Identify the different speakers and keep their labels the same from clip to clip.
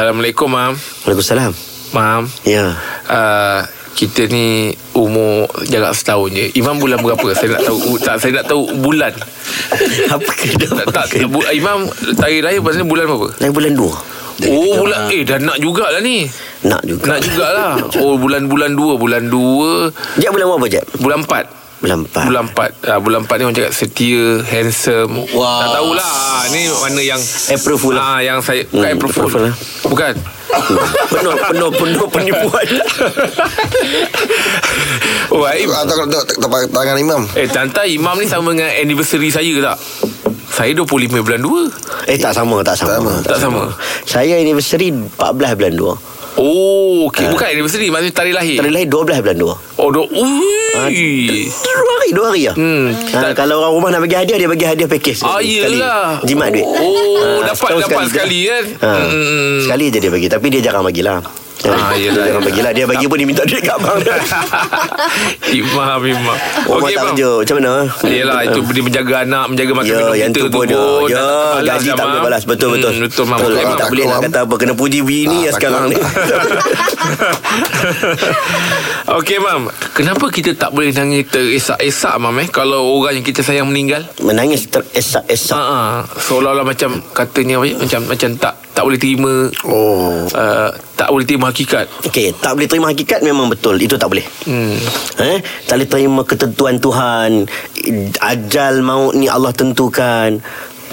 Speaker 1: Assalamualaikum, Mam.
Speaker 2: Waalaikumsalam
Speaker 1: Mam,
Speaker 2: Ya
Speaker 1: uh, kita ni umur jarak setahun je. Imam bulan berapa? saya nak tahu. Tak, saya nak tahu bulan.
Speaker 2: Apa kena
Speaker 1: Tak, tak bu, Imam tarikh raya pasal bulan berapa?
Speaker 2: Lagi bulan dua
Speaker 1: Oh, bulan eh dah nak jugalah ni.
Speaker 2: Nak juga
Speaker 1: Nak jugalah. Oh, bulan-bulan dua, bulan dua,
Speaker 2: Jep bulan berapa Jep?
Speaker 1: bulan empat.
Speaker 2: Bulan empat
Speaker 1: Bulan empat ha, Bulan empat ni orang cakap Setia Handsome
Speaker 2: Wah.
Speaker 1: Tak tahulah Ah, Ni mana yang
Speaker 2: April Fool
Speaker 1: ah,
Speaker 2: lah.
Speaker 1: Yang saya Bukan
Speaker 2: Hmm,
Speaker 1: April Fool
Speaker 2: April Fool lah.
Speaker 1: Bukan
Speaker 2: Penuh penuh penuh penipuan
Speaker 1: Oh Aim
Speaker 3: Atau kalau tengok tapak tangan imam
Speaker 1: Eh Tanta Imam ni sama dengan Anniversary saya tak Saya 25 bulan 2
Speaker 2: Eh tak sama Tak sama
Speaker 3: sama.
Speaker 1: Tak sama
Speaker 2: Saya anniversary 14 bulan dua
Speaker 1: Oh okay. Bukan anniversary Maksudnya tarikh lahir
Speaker 2: Ah. Tarikh Ah, lahir 12 bulan dua
Speaker 1: Oh do- Ui
Speaker 2: Dua hari Dua hari lah
Speaker 1: Hmm.
Speaker 2: ha, Kalau orang rumah nak bagi hadiah Dia bagi hadiah package
Speaker 1: Ah
Speaker 2: sekali.
Speaker 1: yelah
Speaker 2: Jimat duit
Speaker 1: Oh
Speaker 2: Ah,
Speaker 1: dapat
Speaker 2: setahun
Speaker 1: Dapat sekali
Speaker 2: je.
Speaker 1: kan
Speaker 2: ha.
Speaker 1: Hmm.
Speaker 2: Sekali je dia bagi Tapi dia jarang bagilah
Speaker 1: Ah, yelah,
Speaker 2: Dia jarang
Speaker 1: yelah.
Speaker 2: bagilah Dia bagi pun dia minta duit kat abang
Speaker 1: Imam Imam
Speaker 2: Orang
Speaker 1: Okey
Speaker 2: tak
Speaker 1: Imam
Speaker 2: kerja Macam mana
Speaker 1: Yelah itu dia menjaga anak Menjaga makan
Speaker 2: Ya,
Speaker 1: minum
Speaker 2: yang
Speaker 1: kita
Speaker 2: tu pun dia.
Speaker 1: pun
Speaker 2: Ya,
Speaker 1: dah terbalas
Speaker 2: gaji
Speaker 1: dah,
Speaker 2: tak boleh
Speaker 1: Mam.
Speaker 2: balas. Betul,
Speaker 1: Hmm,
Speaker 2: betul.
Speaker 1: Betul Mam
Speaker 2: Betul,
Speaker 1: Okey,
Speaker 2: Gaji
Speaker 1: Mam.
Speaker 2: tak boleh nak
Speaker 3: Mam.
Speaker 2: kata apa. Kena puji bini
Speaker 3: Ah,
Speaker 2: ya
Speaker 3: tak
Speaker 2: sekarang ni.
Speaker 1: Okey Mam Kenapa kita tak boleh nangis teresak-esak Mam eh Kalau orang yang kita sayang meninggal
Speaker 2: Menangis teresak-esak.
Speaker 1: Ha Seolah-olah macam Katanya apa ya? Macam macam tak tak boleh terima
Speaker 3: Oh
Speaker 1: uh, Tak boleh terima hakikat
Speaker 2: Okey, tak boleh terima hakikat memang betul. Itu tak boleh.
Speaker 1: Hmm
Speaker 2: Eh, tak boleh terima ketentuan Tuhan. Ajal maut ni Allah tentukan.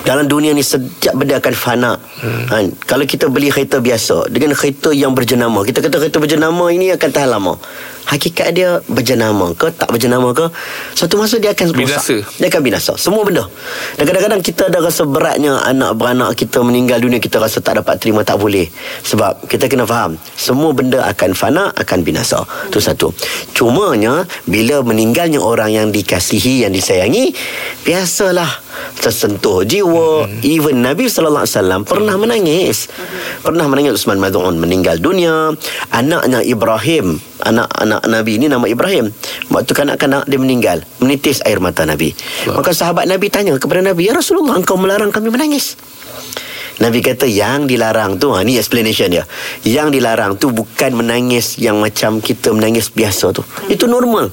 Speaker 2: Dalam dunia ni setiap benda akan fana. Hmm. Kan? Kalau kita beli kereta biasa dengan kereta yang berjenama, kita kata kereta berjenama ini akan tahan lama. Hakikat dia berjenama ke tak berjenama ke, suatu masa dia akan rosak.
Speaker 1: Binasa.
Speaker 2: Dia akan binasa. Semua benda. Dan kadang-kadang kita ada rasa beratnya anak beranak kita meninggal dunia kita rasa tak dapat terima tak boleh. Sebab kita kena faham semua benda akan fana akan binasa. Itu satu. Cumanya bila meninggalnya orang yang dikasihi yang disayangi biasalah tersentuh jiwa. Even Nabi sallallahu alaihi wasallam pernah menangis. Pernah menangis Utsman Mad'un meninggal dunia. Anaknya Ibrahim, anak-anak Nabi ini nama Ibrahim. Waktu kanak-kanak dia meninggal, menitis air mata Nabi. Maka sahabat Nabi tanya kepada Nabi, "Ya Rasulullah, engkau melarang kami menangis." Nabi kata yang dilarang tu ha, Ni explanation dia Yang dilarang tu bukan menangis Yang macam kita menangis biasa tu
Speaker 1: Hmm.
Speaker 2: Itu normal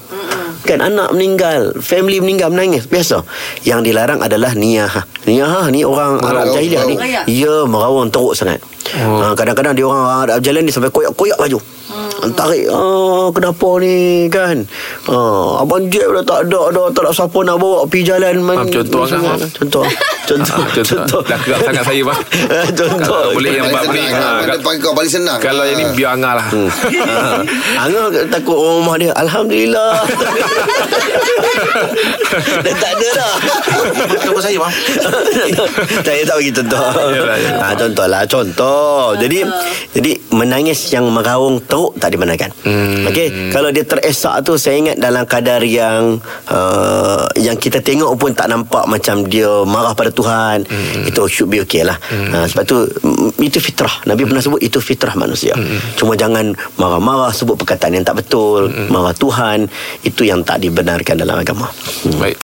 Speaker 2: Kan anak meninggal Family meninggal menangis Biasa Yang dilarang adalah niyah Niyah ni orang Arab
Speaker 3: Merawang,
Speaker 2: jahiliah ni
Speaker 4: merawang.
Speaker 2: Ya merawang teruk sangat
Speaker 1: Oh.
Speaker 2: ha, Kadang-kadang dia orang Arab jalan ni Sampai koyak-koyak baju hmm. Tarik ah, Kenapa ni kan ah, Abang Jeb dah tak ada dah, Tak ada siapa nak bawa pergi jalan
Speaker 1: Mam, Ah, contoh agak, Mam.
Speaker 2: Contoh Contoh,
Speaker 1: Ah, contoh. Dah kerap sangat saya, Mam.
Speaker 2: Contoh
Speaker 1: Tak
Speaker 2: Hmm.
Speaker 1: boleh yang
Speaker 3: Paling
Speaker 1: bab ni
Speaker 3: senang
Speaker 1: ha,
Speaker 3: Pada
Speaker 1: kal-
Speaker 3: pagi kau paling senang
Speaker 1: Kalau yang ni
Speaker 3: Ah.
Speaker 1: biar angah lah
Speaker 2: Angah takut orang rumah dia Alhamdulillah Dah tak ada dah
Speaker 5: Tunggu saya bang
Speaker 2: Saya tak bagi contoh
Speaker 1: Yalah, yalah.
Speaker 2: ha, Contoh lah Contoh Jadi Jadi menangis yang meraung teruk Tak dibenarkan
Speaker 1: Hmm.
Speaker 2: Okey Kalau dia teresak tu Saya ingat dalam kadar yang uh, Yang kita tengok pun Tak nampak macam dia Marah pada Tuhan
Speaker 1: Hmm.
Speaker 2: Itu should be okay lah ha, Sebab tu mm, Itu fitrah
Speaker 1: Hmm.
Speaker 2: Nabi pernah sebut Itu fitrah manusia Cuma jangan
Speaker 1: Hmm.
Speaker 2: Marah-marah
Speaker 3: hmm.
Speaker 2: Sebut perkataan yang tak betul Marah Tuhan Itu yang tak dibenarkan dalam agama
Speaker 1: Baik